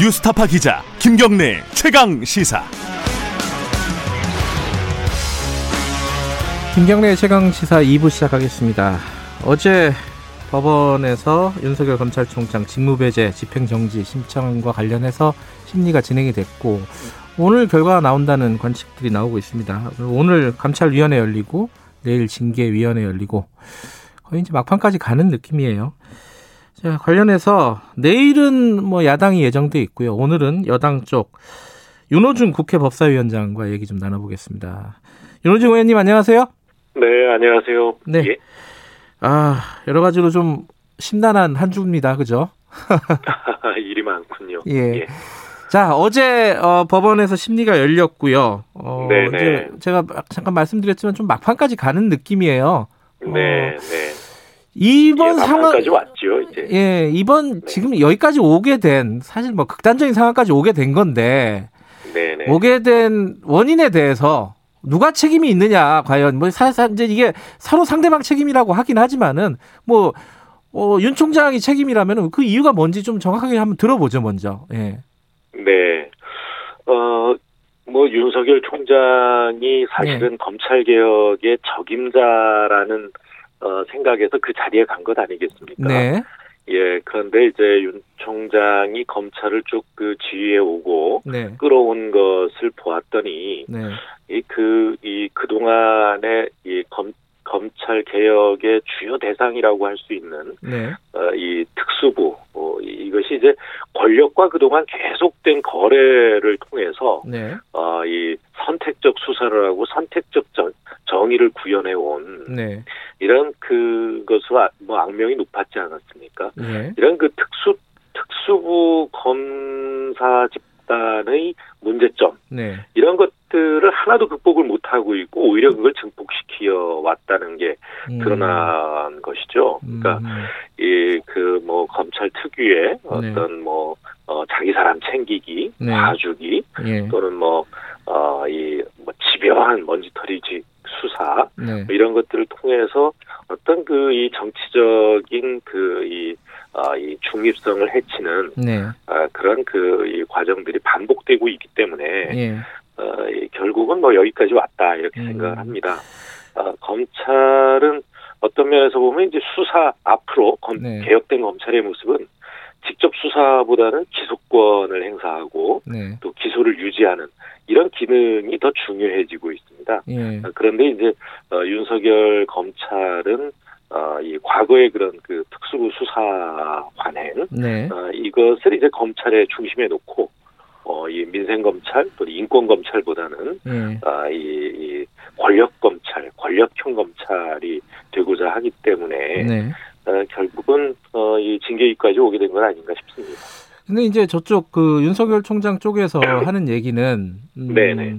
뉴스타파 기자 김경래 최강 시사. 김경래 최강 시사 2부 시작하겠습니다. 어제 법원에서 윤석열 검찰총장 직무배제 집행정지 심청과 관련해서 심리가 진행이 됐고 오늘 결과가 나온다는 관측들이 나오고 있습니다. 오늘 감찰위원회 열리고 내일 징계위원회 열리고 거의 이제 막판까지 가는 느낌이에요. 자, 관련해서 내일은 뭐 야당이 예정돼 있고요. 오늘은 여당 쪽 윤호중 국회 법사위원장과 얘기 좀 나눠보겠습니다. 윤호중 의원님 안녕하세요. 네, 안녕하세요. 네. 예. 아 여러 가지로 좀 심란한 한 주입니다. 그죠? 아, 일이 많군요. 예. 자 어제 어, 법원에서 심리가 열렸고요. 어, 네네. 이제 제가 막- 잠깐 말씀드렸지만 좀 막판까지 가는 느낌이에요. 네, 네. 이번 예, 어. 상황 막판까지 네. 왔죠, 이제. 예 이번 지금 여기까지 오게 된 사실 뭐 극단적인 상황까지 오게 된 건데 네, 네. 오게 된 원인에 대해서 누가 책임이 있느냐 과연 뭐 사실 이제 이게 서로 상대방 책임이라고 하긴 하지만은 뭐 어, 윤 총장이 책임이라면 그 이유가 뭔지 좀 정확하게 한번 들어보죠 먼저. 예. 네. 어, 뭐 윤석열 총장이 사실은 네. 검찰 개혁의 적임자라는 어, 생각에서 그 자리에 간 것 아니겠습니까? 네. 예. 그런데 이제 윤 총장이 검찰을 쭉 그 지휘해 오고 네. 끌어온 것을 보았더니 네. 이 그 이 그동안의 이검 검찰 개혁의 주요 대상이라고 할 수 있는 네. 어, 이 특수부 어, 이- 이것이 이제 권력과 그동안 계속된 거래를 통해서 네. 어, 이 선택적 수사를 하고 선택적 정, 정의를 구현해 온 네. 이런 그것으로 아- 뭐 악명이 높았지 않았습니까? 네. 이런 그 특수 특수부 검사 집단의 문제점 네. 이런 것들을 하나도 극복을 못하고 있고 오히려 그걸 증폭시키어 왔다는 게 음. 드러난 것이죠. 음. 그러니까 이 그 뭐 검찰 특유의 어떤 뭐 어, 자기 사람 챙기기, 네. 봐주기 예. 또는 뭐, 뭐어이뭐 집요한 먼지털이지 수사 네. 뭐 이런 것들을 통해서 어떤 그 이 정치적인 그이 어, 이 중립성을 해치는 네. 아, 그런 그 이 과정들이 반복되고 있기 때문에 예. 어, 이 결국은 뭐 여기까지 왔다 이렇게 음. 생각을 합니다. 어, 검찰은 어떤 면에서 보면 이제 수사 앞으로 검- 네. 개혁된 검찰의 모습은 직접 수사보다는 기소권을 행사하고 네. 또 기소를 유지하는 이런 기능이 더 중요해지고 있습니다. 예. 어, 그런데 이제 어, 윤석열 검찰은 어, 이 과거의 그런 그 특수부 수사 관행 네. 어, 이것을 이제 검찰의 중심에 놓고 어, 이 민생 검찰 또는 인권 검찰보다는 예. 아, 이, 이 권력 검찰, 권력형 검찰이 되고자 하기 때문에 네. 어, 결국은 어, 이 징계위까지 오게 된 건 아닌가 싶습니다. 근데 이제 저쪽 그 윤석열 총장 쪽에서 하는 얘기는 음, 네네.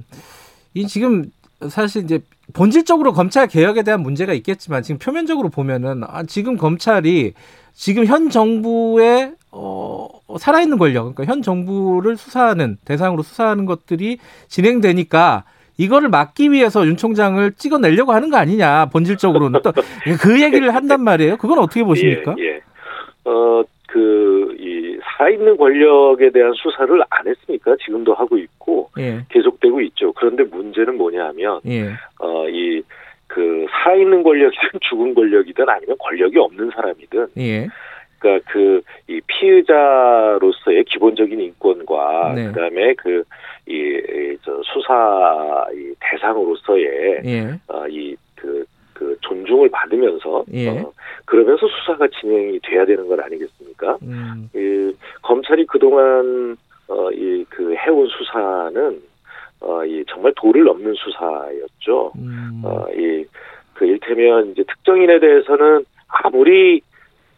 이 지금 사실 이제 본질적으로 검찰 개혁에 대한 문제가 있겠지만 지금 표면적으로 보면은 아, 지금 검찰이 지금 현 정부의 어, 살아있는 권력, 그러니까 현 정부를 수사하는 대상으로 수사하는 것들이 진행되니까 이거를 막기 위해서 윤 총장을 찍어내려고 하는 거 아니냐 본질적으로는 또 그 얘기를 한단 말이에요. 그건 어떻게 보십니까? 예, 예. 어, 그, 이, 살아있는 권력에 대한 수사를 안 했으니까 지금도 하고 있고 예, 계속되고 있죠. 그런데 문제는 뭐냐 하면, 예, 어, 이, 그, 살아있는 권력이든 죽은 권력이든 아니면 권력이 없는 사람이든 예, 그러니까 그 이 피의자로서의 기본적인 인권과 네. 그다음에 그이저 수사 이 대상으로서의 예, 어이그 그 존중을 받으면서 예. 어, 그러면서 수사가 진행이 돼야 되는 건 아니겠습니까? 음. 이 검찰이 그동안 어이그 해온 수사는 어이 정말 도를 넘는 수사였죠. 음, 어, 이, 그 일테면 이제 특정인에 대해서는 아무리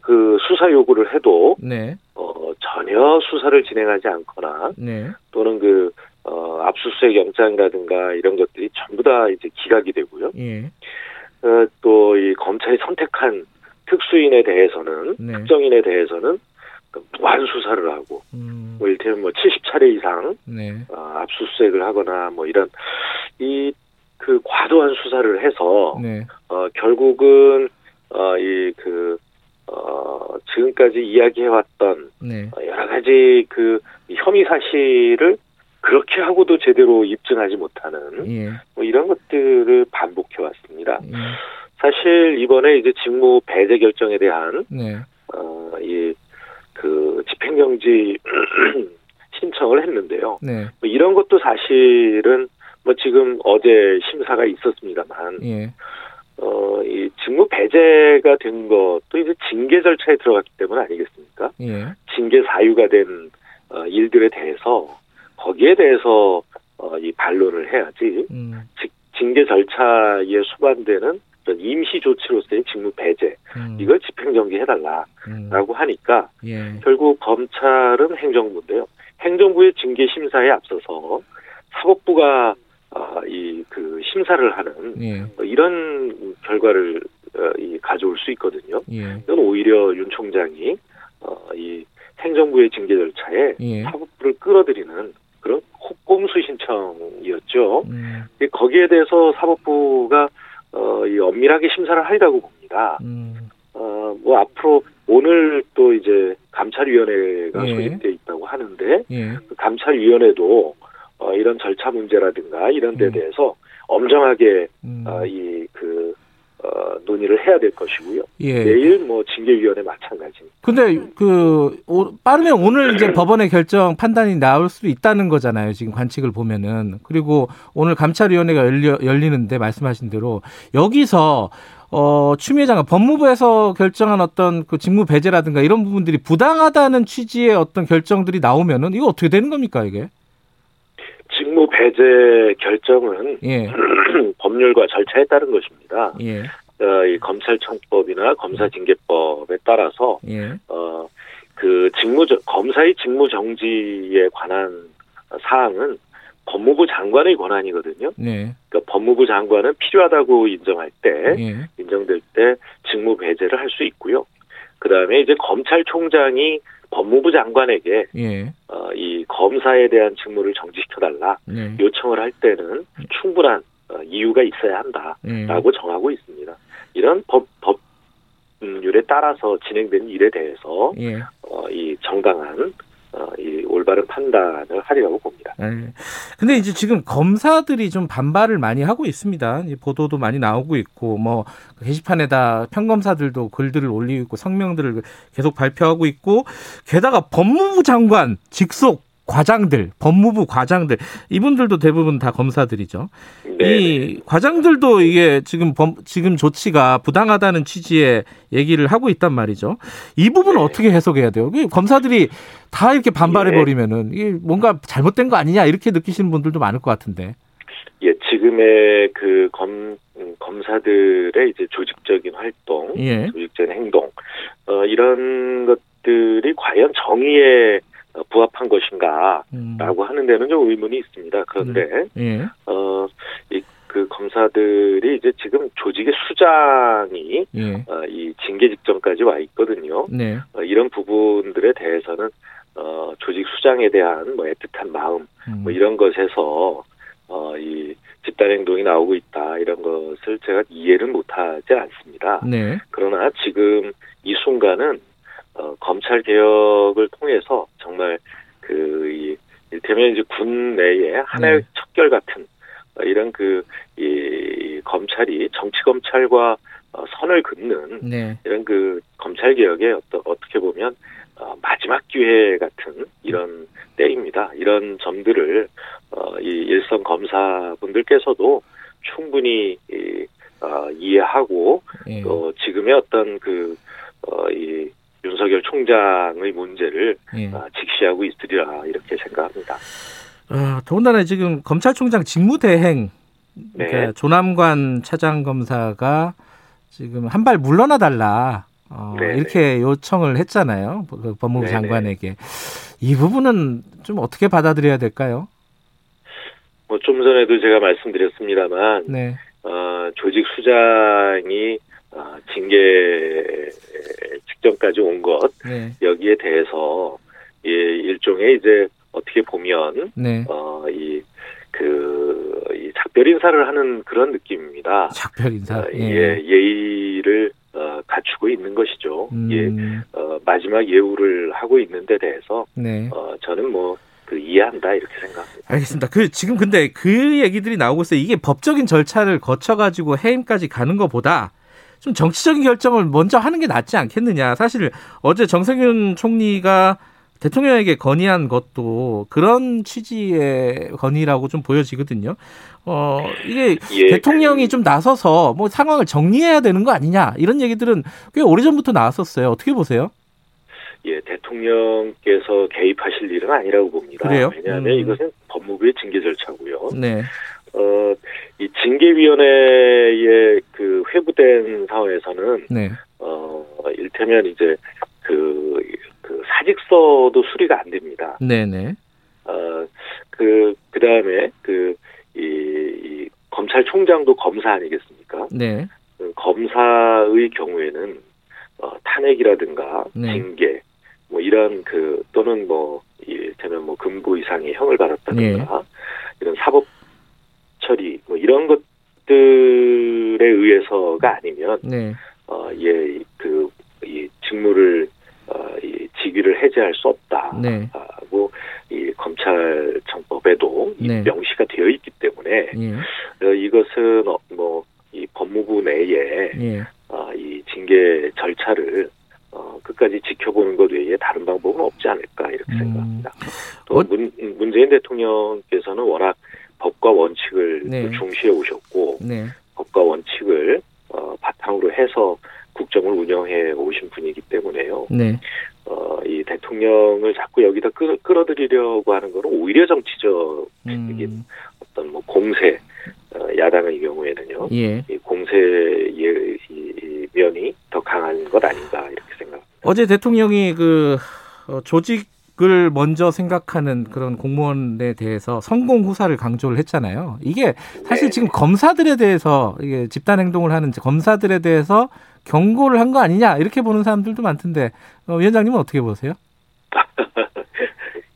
그 수사 요구를 해도 네, 어, 전혀 수사를 진행하지 않거나 네, 또는 그 어, 압수수색 영장이라든가 이런 것들이 전부 다 이제 기각이 되고요. 예, 어, 또 이 검찰이 선택한 특수인에 대해서는 네. 특정인에 대해서는 그 무한 수사를 하고 음, 뭐 일테면 뭐 70차례 이상 네, 어, 압수수색을 하거나 뭐 이런 이 그 과도한 수사를 해서 네, 어, 결국은 어, 이 그 어, 지금까지 이야기해왔던 네. 어, 여러 가지 그 혐의 사실을 그렇게 하고도 제대로 입증하지 못하는 예. 뭐 이런 것들을 반복해 왔습니다. 예. 사실 이번에 이제 직무 배제 결정에 대한 네. 어, 이그 집행정지 신청을 했는데요. 네. 뭐 이런 것도 사실은 뭐 지금 어제 심사가 있었습니다만 예. 어, 이 직무 배제가 된 것도 이제 징계 절차에 들어갔기 때문 아니겠습니까? 예. 징계 사유가 된 어, 일들에 대해서 거기에 대해서 어, 이 반론을 해야지 음. 즉 징계 절차에 수반되는 그런 임시 조치로서의 직무 배제 음. 이걸 집행정지 해달라라고 음. 하니까 예. 결국 검찰은 행정부인데요. 행정부의 징계 심사에 앞서서 사법부가 어, 이그 심사를 하는 예. 어, 이런 결과를 어, 이 가져올 수 있거든요. 예. 이건 오히려 윤 총장이 어, 이 행정부의 징계 절차에 예. 사법부를 끌어들이는 그런 꼼수 신청이었죠. 음. 근데 거기에 대해서 사법부가 어, 이 엄밀하게 심사를 하리라고 봅니다. 음. 어, 뭐 앞으로 오늘 또 이제 감찰위원회가 예. 소집돼 있다고 하는데 예. 그 감찰위원회도 어, 이런 절차 문제라든가 이런 데 음. 대해서 엄정하게 음. 어, 이그 어, 논의를 해야 될 것이고요. 예. 내일 뭐 징계위원회 마찬가지. 근데 그 오- 빠르면 오늘 이제 법원의 결정 판단이 나올 수도 있다는 거잖아요. 지금 관측을 보면은 그리고 오늘 감찰위원회가 열려, 열리는데 말씀하신 대로 여기서 어 추미애 장관 법무부에서 결정한 어떤 그 직무 배제라든가 이런 부분들이 부당하다는 취지의 어떤 결정들이 나오면은 이거 어떻게 되는 겁니까 이게? 직무 배제 결정은 예. 법률과 절차에 따른 것입니다. 예. 어, 이 검찰청법이나 검사징계법에 따라서 예. 어 그 직무 저- 검사의 직무 정지에 관한 사항은 법무부 장관의 권한이거든요. 네. 그러니까 법무부 장관은 필요하다고 인정할 때 예. 인정될 때 직무 배제를 할 수 있고요. 그다음에 이제 검찰총장이 법무부 장관에게 예. 어, 이 검사에 대한 직무를 정지시켜 달라 네. 요청을 할 때는 충분한 어, 이유가 있어야 한다라고 예. 정하고 있습니다. 이런 법 음, 법률에 따라서 진행되는 일에 대해서 예. 어, 이 정당한 어, 이 올바른 판단을 하리라고 봅니다. 예. 근데 이제 지금 검사들이 좀 반발을 많이 하고 있습니다. 이 보도도 많이 나오고 있고 뭐 게시판에다 평검사들도 글들을 올리고 있고 성명들을 계속 발표하고 있고 게다가 법무부 장관 직속 과장들, 법무부 과장들 이분들도 대부분 다 검사들이죠. 네, 이 과장들도 이게 지금 범, 지금 조치가 부당하다는 취지의 얘기를 하고 있단 말이죠. 이 부분 은 네. 예. 어떻게 해석해야 돼요? 이게 검사들이 다 이렇게 반발해 버리면은 이게 뭔가 잘못된 거 아니냐 이렇게 느끼시는 분들도 많을 것 같은데. 예, 지금의 그 검, 음, 검사들의 이제 조직적인 활동, 예. 조직적인 행동, 어, 이런 것들이 과연 정의에 어, 부합한 것인가? 음, 라고 하는 데는 좀 의문이 있습니다. 그런데, 예. 어, 이, 그 검사들이 이제 지금 조직의 수장이 예. 어, 이 징계 직전까지 와 있거든요. 네. 어, 이런 부분들에 대해서는 어, 조직 수장에 대한 뭐 애틋한 마음 음, 뭐 이런 것에서 어, 이 집단 행동이 나오고 있다 이런 것을 제가 이해를 못하지 않습니다. 네. 그러나 지금 이 순간은 어, 검찰 개혁을 통해서 정말 그이 일테면 이제 군 내에 하나의 네. 척결 같은 어, 이런 그이 검찰이 정치 검찰과 어, 선을 긋는 네. 이런 그 검찰 개혁의 어떠, 어떻게 보면 어, 마지막 기회 같은 이런 때입니다. 이런 점들을 어, 이 일선 검사분들께서도 충분히 이, 어, 이해하고 예. 또 어, 지금의 어떤 그 어, 이 윤석열 총장의 문제를 예. 어, 직시하고 있으리라 이렇게 생각합니다. 아, 더군다나 지금 검찰총장 직무대행 그러니까 네. 조남관 차장검사가 지금 한 발 물러나 달라 어, 네, 이렇게 요청을 했잖아요 그 법무부 네, 장관에게 이 부분은 좀 어떻게 받아들여야 될까요? 뭐 좀 전에도 제가 말씀드렸습니다만 네, 어, 조직 수장이 어, 징계 직전까지 온 것, 네, 여기에 대해서 예, 일종의 이제 어떻게 보면 네. 어, 이, 그, 이 작별 인사를 하는 그런 느낌입니다. 아, 예, 작별 인사. 예. 어, 예, 예의를 어, 갖추고 있는 것이죠. 예, 음, 어, 어, 마지막 예우를 하고 있는데 대해서 네. 어, 저는 뭐 그 이해한다 이렇게 생각합니다. 알겠습니다. 그 지금 근데 그 얘기들이 나오고 있어요. 이게 법적인 절차를 거쳐 가지고 해임까지 가는 것보다 좀 정치적인 결정을 먼저 하는 게 낫지 않겠느냐. 사실 어제 정세균 총리가 대통령에게 건의한 것도 그런 취지의 건의라고 좀 보여지거든요. 어, 이게 예, 대통령이 좀 나서서 뭐 상황을 정리해야 되는 거 아니냐. 이런 얘기들은 꽤 오래전부터 나왔었어요. 어떻게 보세요? 예, 대통령께서 개입하실 일은 아니라고 봅니다. 그래요? 왜냐하면 음. 이것은 법무부의 징계 절차고요. 네. 어, 이 징계위원회의 그 회부된 사회에서는 네. 어, 일테면 이제 그, 그 사직서도 수리가 안 됩니다. 네, 네. 어, 그, 그 다음에 그, 이, 이 검찰총장도 검사 아니겠습니까? 네. 그 검사의 경우에는 어, 탄핵이라든가 네. 징계 뭐 이런 그 또는 뭐 이를테면 뭐 금고 이상의 형을 받았다든가 네. 이런 사법 처리 뭐 이런 것들에 의해서가 아니면 네. 어, 예, 그, 이 직무를, 어, 이 직위를 해제할 수 없다. 네. 하고, 이 검찰청법에도 이 네. 명시가 되어 있기 때문에, 예. 어, 이것은, 어, 뭐, 이 법무부 내에, 예. 어, 이 징계 절차를, 어, 끝까지 지켜보는 것 외에 다른 방법은 없지 않을까, 이렇게 음. 생각합니다. 또, 어- 문, 문재인 대통령께서는 워낙 법과 원칙을 네. 또 중시해 오셨고, 네. 법과 원칙을 어, 바탕으로 해서 국정을 운영해 오신 분이기 때문에요. 네. 어, 이 대통령을 자꾸 여기다 끌, 어들이려고 하는 거는 오히려 정치적 음, 어떤 뭐 공세 어, 야당의 경우에는요. 예. 이 공세의 이- 이 면이 더 강한 것 아닌가 이렇게 생각합니다. 어제 대통령이 그 어, 조직을 먼저 생각하는 그런 공무원에 대해서 성공 후사를 강조를 했잖아요. 이게 사실 네. 지금 검사들에 대해서 이게 집단 행동을 하는 검사들에 대해서 경고를 한 거 아니냐 이렇게 보는 사람들도 많던데 어, 위원장님은 어떻게 보세요?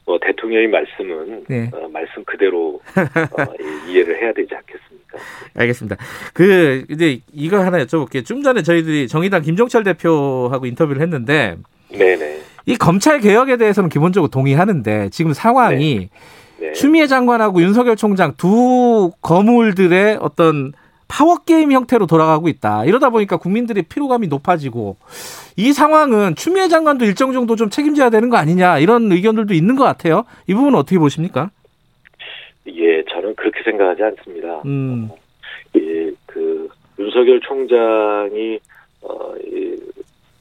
뭐 대통령의 말씀은 네. 어, 말씀 그대로 어, 이- 이해를 해야 되지 않겠습니까? 알겠습니다. 그 이제 이거 하나 여쭤볼게요. 좀 전에 저희들이 정의당 김종철 대표하고 인터뷰를 했는데 네네. 이 검찰 개혁에 대해서는 기본적으로 동의하는데 지금 상황이 네. 추미애 장관하고 윤석열 총장 두 거물들의 어떤 파워 게임 형태로 돌아가고 있다. 이러다 보니까 국민들의 피로감이 높아지고 이 상황은 추미애 장관도 일정 정도 좀 책임져야 되는 거 아니냐 이런 의견들도 있는 것 같아요. 이 부분 은 어떻게 보십니까? 예, 저는 그렇게 생각하지 않습니다. 음, 예, 그 윤석열 총장이 어, 이,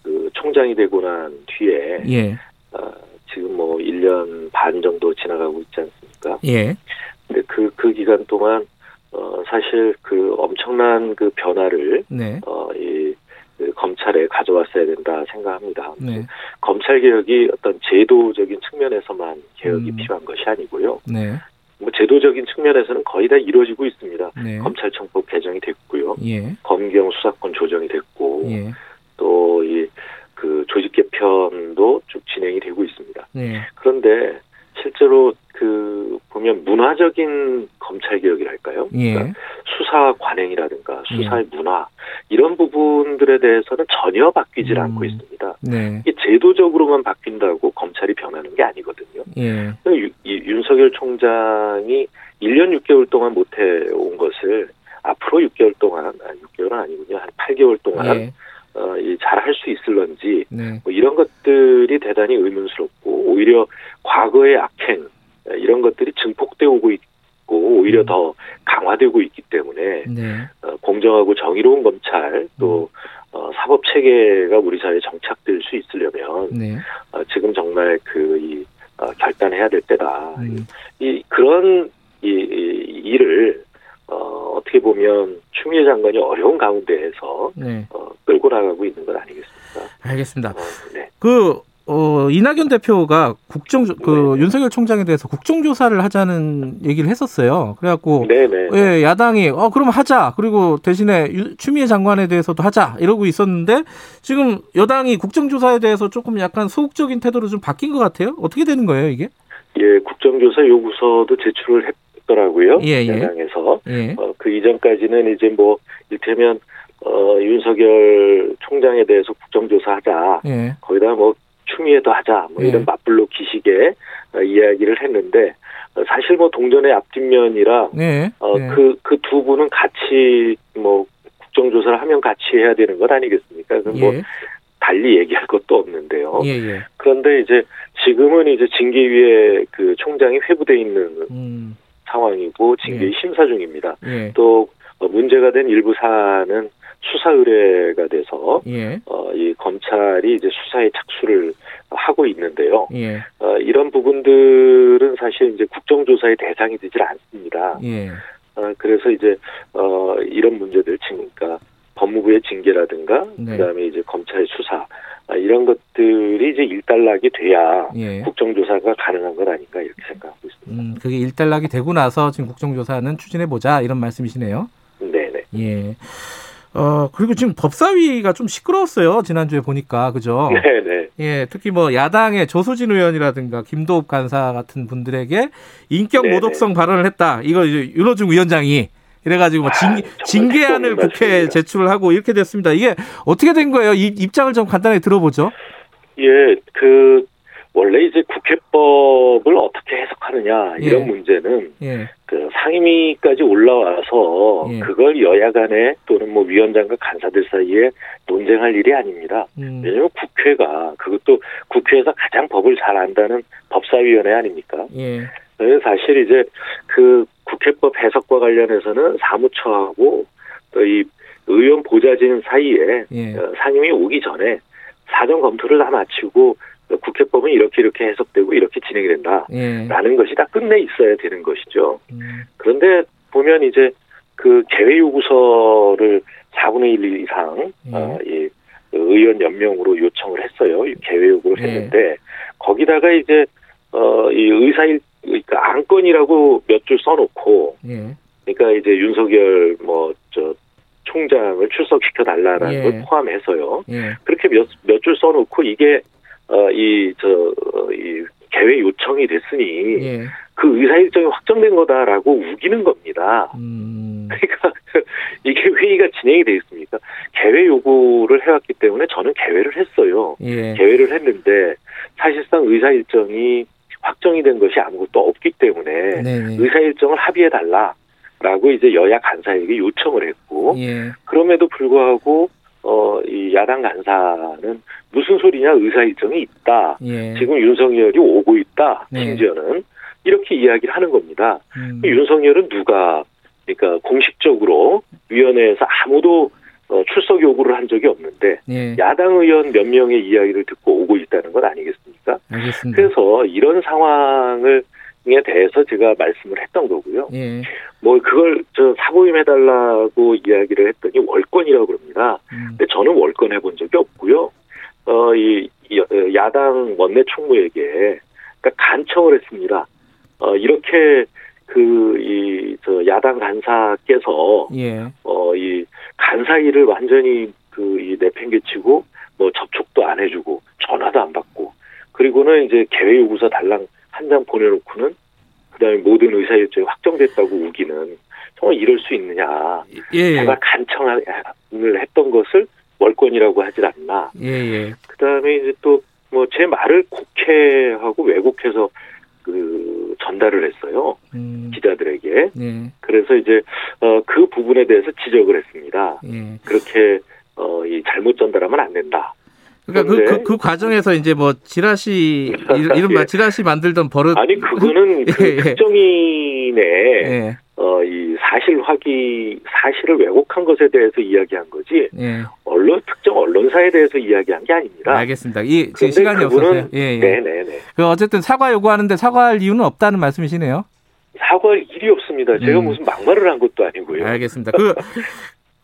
그 총장이 되고 난 뒤에 예, 어, 지금 뭐 1년 반 정도 지나가고 있지 않습니까? 예, 근데 그, 그 기간 동안 어, 사실 그 엄청난 그 변화를 네, 어, 이, 그 검찰에 가져왔어야 된다 생각합니다. 네, 검찰 개혁이 어떤 제도적인 측면에서만 개혁이 음. 필요한 것이 아니고요. 네, 뭐 제도적인 측면에서는 거의 다 이루어지고 있습니다. 네, 검찰청법 개정이 됐고요. 예, 검경 수사권 조정이 됐고 예, 또 이 그 조직 개편도 쭉 진행이 되고 있습니다. 네, 그런데 실제로 그 보면 문화적인 검찰 개혁이랄까요? 예, 그러니까 수사 관행이라든가 수사의 문화 이런 부분들에 대해서는 전혀 바뀌질 음. 않고 있습니다. 네, 이게 제도적으로만 바뀐다고 검찰이 변하는 게 아니거든요. 예, 그래서 유- 이 윤석열 총장이 1년 6개월 동안 못해온 것을 앞으로 6개월 동안, 아, 6개월은 아니군요. 한 8개월 동안 예, 어, 이 잘할 수 있을런지 네, 뭐 이런 것들이 대단히 의문스럽고 오히려 과거의 악행 에, 이런 것들이 증폭되어 오고 있고 오히려 음. 더 강화되고 있기 때문에 네, 어, 공정하고 정의로운 검찰 또 음. 어, 사법 체계가 우리 사회에 정착될 수 있으려면 네, 어, 지금 정말 그이 어, 결단해야 될 때다. 음, 이 그런 이, 이- 일을 어, 어떻게 보면 추미애 장관이 어려운 가운데에서 네, 어, 끌고 나가고 있는 건 아니겠습니까? 알겠습니다. 어, 네. 그, 어, 이낙연 대표가 국정, 그, 네. 윤석열 총장에 대해서 국정조사를 하자는 얘기를 했었어요. 그래갖고, 네네. 예, 야당이, 어, 그럼 하자. 그리고 대신에 유- 추미애 장관에 대해서도 하자. 이러고 있었는데, 지금 여당이 국정조사에 대해서 조금 약간 소극적인 태도로 좀 바뀐 것 같아요? 어떻게 되는 거예요, 이게? 예, 국정조사 요구서도 제출을 했더라고요. 예, 예. 야당에서. 예, 어, 그 이전까지는 이제 뭐, 일테면, 어, 윤석열 총장에 대해서 국정조사하자. 예, 거기다 뭐, 추미애도 하자 뭐 예. 이런 맞불로 기식의 어, 이야기를 했는데 어, 사실 뭐 동전의 앞뒷면이라 네. 네. 어 그 그 두 분은 같이 뭐 국정조사를 하면 같이 해야 되는 것 아니겠습니까? 그래서 뭐 어. 예. 달리 얘기할 것도 없는데요. 예, 예. 그런데 이제 지금은 이제 징계위에 그 총장이 회부돼 있는 음, 상황이고 징계위 예. 심사 중입니다. 예. 또 어, 문제가 된 일부 사안은 수사 의뢰가 돼서 예. 어, 이 검찰이 이제 수사에 착수를 하고 있는데요. 예. 어, 이런 부분들은 사실 이제 국정조사의 대상이 되질 않습니다. 예. 어, 그래서 이제 어, 이런 문제들 그러니까 법무부의 징계라든가 네. 그다음에 이제 검찰의 수사 아, 이런 것들이 이제 일단락이 돼야 예. 국정조사가 가능한 것 아닌가 이렇게 생각하고 있습니다. 음, 그게 일단락이 되고 나서 지금 국정조사는 추진해 보자 이런 말씀이시네요. 네네. 예. 어, 그리고 지금 법사위가 좀 시끄러웠어요. 지난주에 보니까. 그죠? 네네. 예, 특히 뭐 야당의 조수진 의원이라든가 김도읍 간사 같은 분들에게 인격 네네. 모독성 발언을 했다. 이거 이제 윤호중 위원장이 이래가지고 뭐 아, 징, 정말 징계안을 택도 없는 국회에 말씀입니다. 제출을 하고 이렇게 됐습니다. 이게 어떻게 된 거예요? 이 입장을 좀 간단하게 들어보죠. 예, 그 원래 이제 국회법을 어떻게 해석하느냐 이런 예. 문제는 예, 그 상임위까지 올라와서 예. 그걸 여야 간에 또는 뭐 위원장과 간사들 사이에 논쟁할 일이 아닙니다. 음, 왜냐하면 국회가 그것도 국회에서 가장 법을 잘 안다는 법사위원회 아닙니까? 예, 그래서 사실 이제 그 국회법 해석과 관련해서는 사무처하고 또 이 의원 보좌진 사이에 예, 어, 상임위 오기 전에 사전 검토를 다 마치고 어, 국회법은 이렇게 이렇게 해석되고 이렇게 진행이 된다라는 예. 것이 다 끝내 있어야 되는 것이죠. 음, 그런데 보면 이제 그 개회 요구서를 4분의 1 이상 예. 어, 이 의원 연명으로 요청을 했어요. 이 개회 요구를 예. 했는데 거기다가 이제 어, 이 의사일 그러니까 안건이라고 몇 줄 써놓고 예, 그러니까 이제 윤석열 뭐 저 총장을 출석시켜 달라라는 예. 걸 포함해서요. 예, 그렇게 몇 몇 줄 써놓고 이게 어이저이 개회 요청이 됐으니 예. 그 의사 일정이 확정된 거다라고 우기는 겁니다. 음, 그러니까 이게 회의가 진행이 돼 있습니까? 개회 요구를 해왔기 때문에 저는 개회를 했어요. 예, 개회를 했는데 사실상 의사 일정이 확정이 된 것이 아무것도 없기 때문에 네네. 의사 일정을 합의해 달라라고 이제 여야 간사에게 요청을 했고 예, 그럼에도 불구하고 어 이 야당 간사는 무슨 소리냐 의사 일정이 있다. 예. 지금 윤석열이 오고 있다. 네. 심지어는 이렇게 이야기를 하는 겁니다. 음, 윤석열은 누가 그러니까 공식적으로 위원회에서 아무도 어, 출석 요구를 한 적이 없는데 예, 야당 의원 몇 명의 이야기를 듣고 오고 있다는 건 아니겠습니까? 알겠습니다. 그래서 이런 상황을 에 대해서 제가 말씀을 했던 거고요. 예, 뭐 그걸 저 사고임 해달라고 이야기를 했더니 월권이라고 그럽니다. 음, 근데 저는 월권 해본 적이 없고요. 어, 이, 이 여- 야당 원내 총무에게 그러니까 간청을 했습니다. 어, 이렇게 그, 이, 저, 야당 간사께서, 예, 어, 이, 간사 일을 완전히 그, 이, 내팽개치고, 뭐, 접촉도 안 해주고, 전화도 안 받고, 그리고는 이제 개회 요구서 달랑 한 장 보내놓고는, 그 다음에 모든 의사 일정이 확정됐다고 우기는, 정말 이럴 수 있느냐. 예, 제가 간청을 했던 것을 월권이라고 하질 않나. 예, 예. 그 다음에 이제 또, 뭐, 제 말을 곡해하고 왜곡해서 그, 전달을 했어요. 음, 기자들에게. 예, 그래서 이제, 어, 그 부분에 대해서 지적을 했습니다. 예. 그렇게, 어, 이 잘못 전달하면 안 된다. 그러니까 그, 그, 그런데- 그 과정에서 이제 뭐 지라시 이- 이런 말 예. 지라시 만들던 버릇 아니, 그거는 그 예, 예. 특정인의, 예, 어, 이 사실 확인, 사실을 왜곡한 것에 대해서 이야기한 거지, 예. 언론, 특정 언론사에 대해서 이야기한 게 아닙니다. 알겠습니다. 이 지금 근데 시간이 그분은- 없어서요. 예, 예. 네네네. 그 어쨌든 사과 요구하는데 사과할 이유는 없다는 말씀이시네요. 사과할 일이 없습니다. 제가 음. 무슨 막말을 한 것도 아니고요. 알겠습니다. 그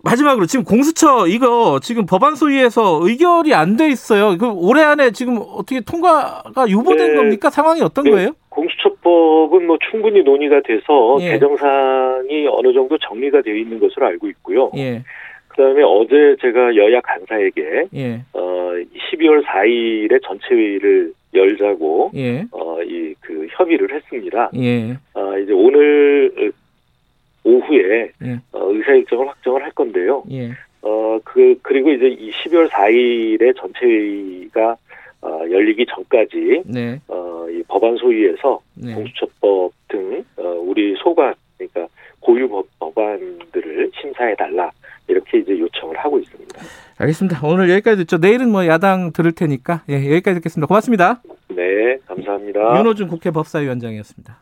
마지막으로 지금 공수처 이거 지금 법안 소위에서 의결이 안 돼 있어요. 그 올해 안에 지금 어떻게 통과가 유보된 네. 겁니까? 상황이 어떤 네. 거예요? 공수처법은 뭐 충분히 논의가 돼서 예. 개정상이 어느 정도 정리가 되어 있는 것으로 알고 있고요. 예, 그다음에 어제 제가 여야 간사에게 예, 어 12월 4일에 전체 회의를 열자고 예, 어이 그 협의를 했습니다. 예, 아 이제 오늘 오후에 예. 어, 의사 일정을 확정을 할 건데요. 예, 어, 그, 그리고 이제 이 12월 4일에 전체 회의가 어, 열리기 전까지 네. 어, 이 법안 소위에서 네. 공수처법 등 어, 우리 소관 그러니까 고유 법, 법안들을 심사해 달라 이렇게 이제 요청을 하고 있습니다. 알겠습니다. 오늘 여기까지 듣죠. 내일은 뭐 야당 들을 테니까 예, 여기까지 듣겠습니다. 고맙습니다. 네, 감사합니다. 윤호준 국회 법사위원장이었습니다.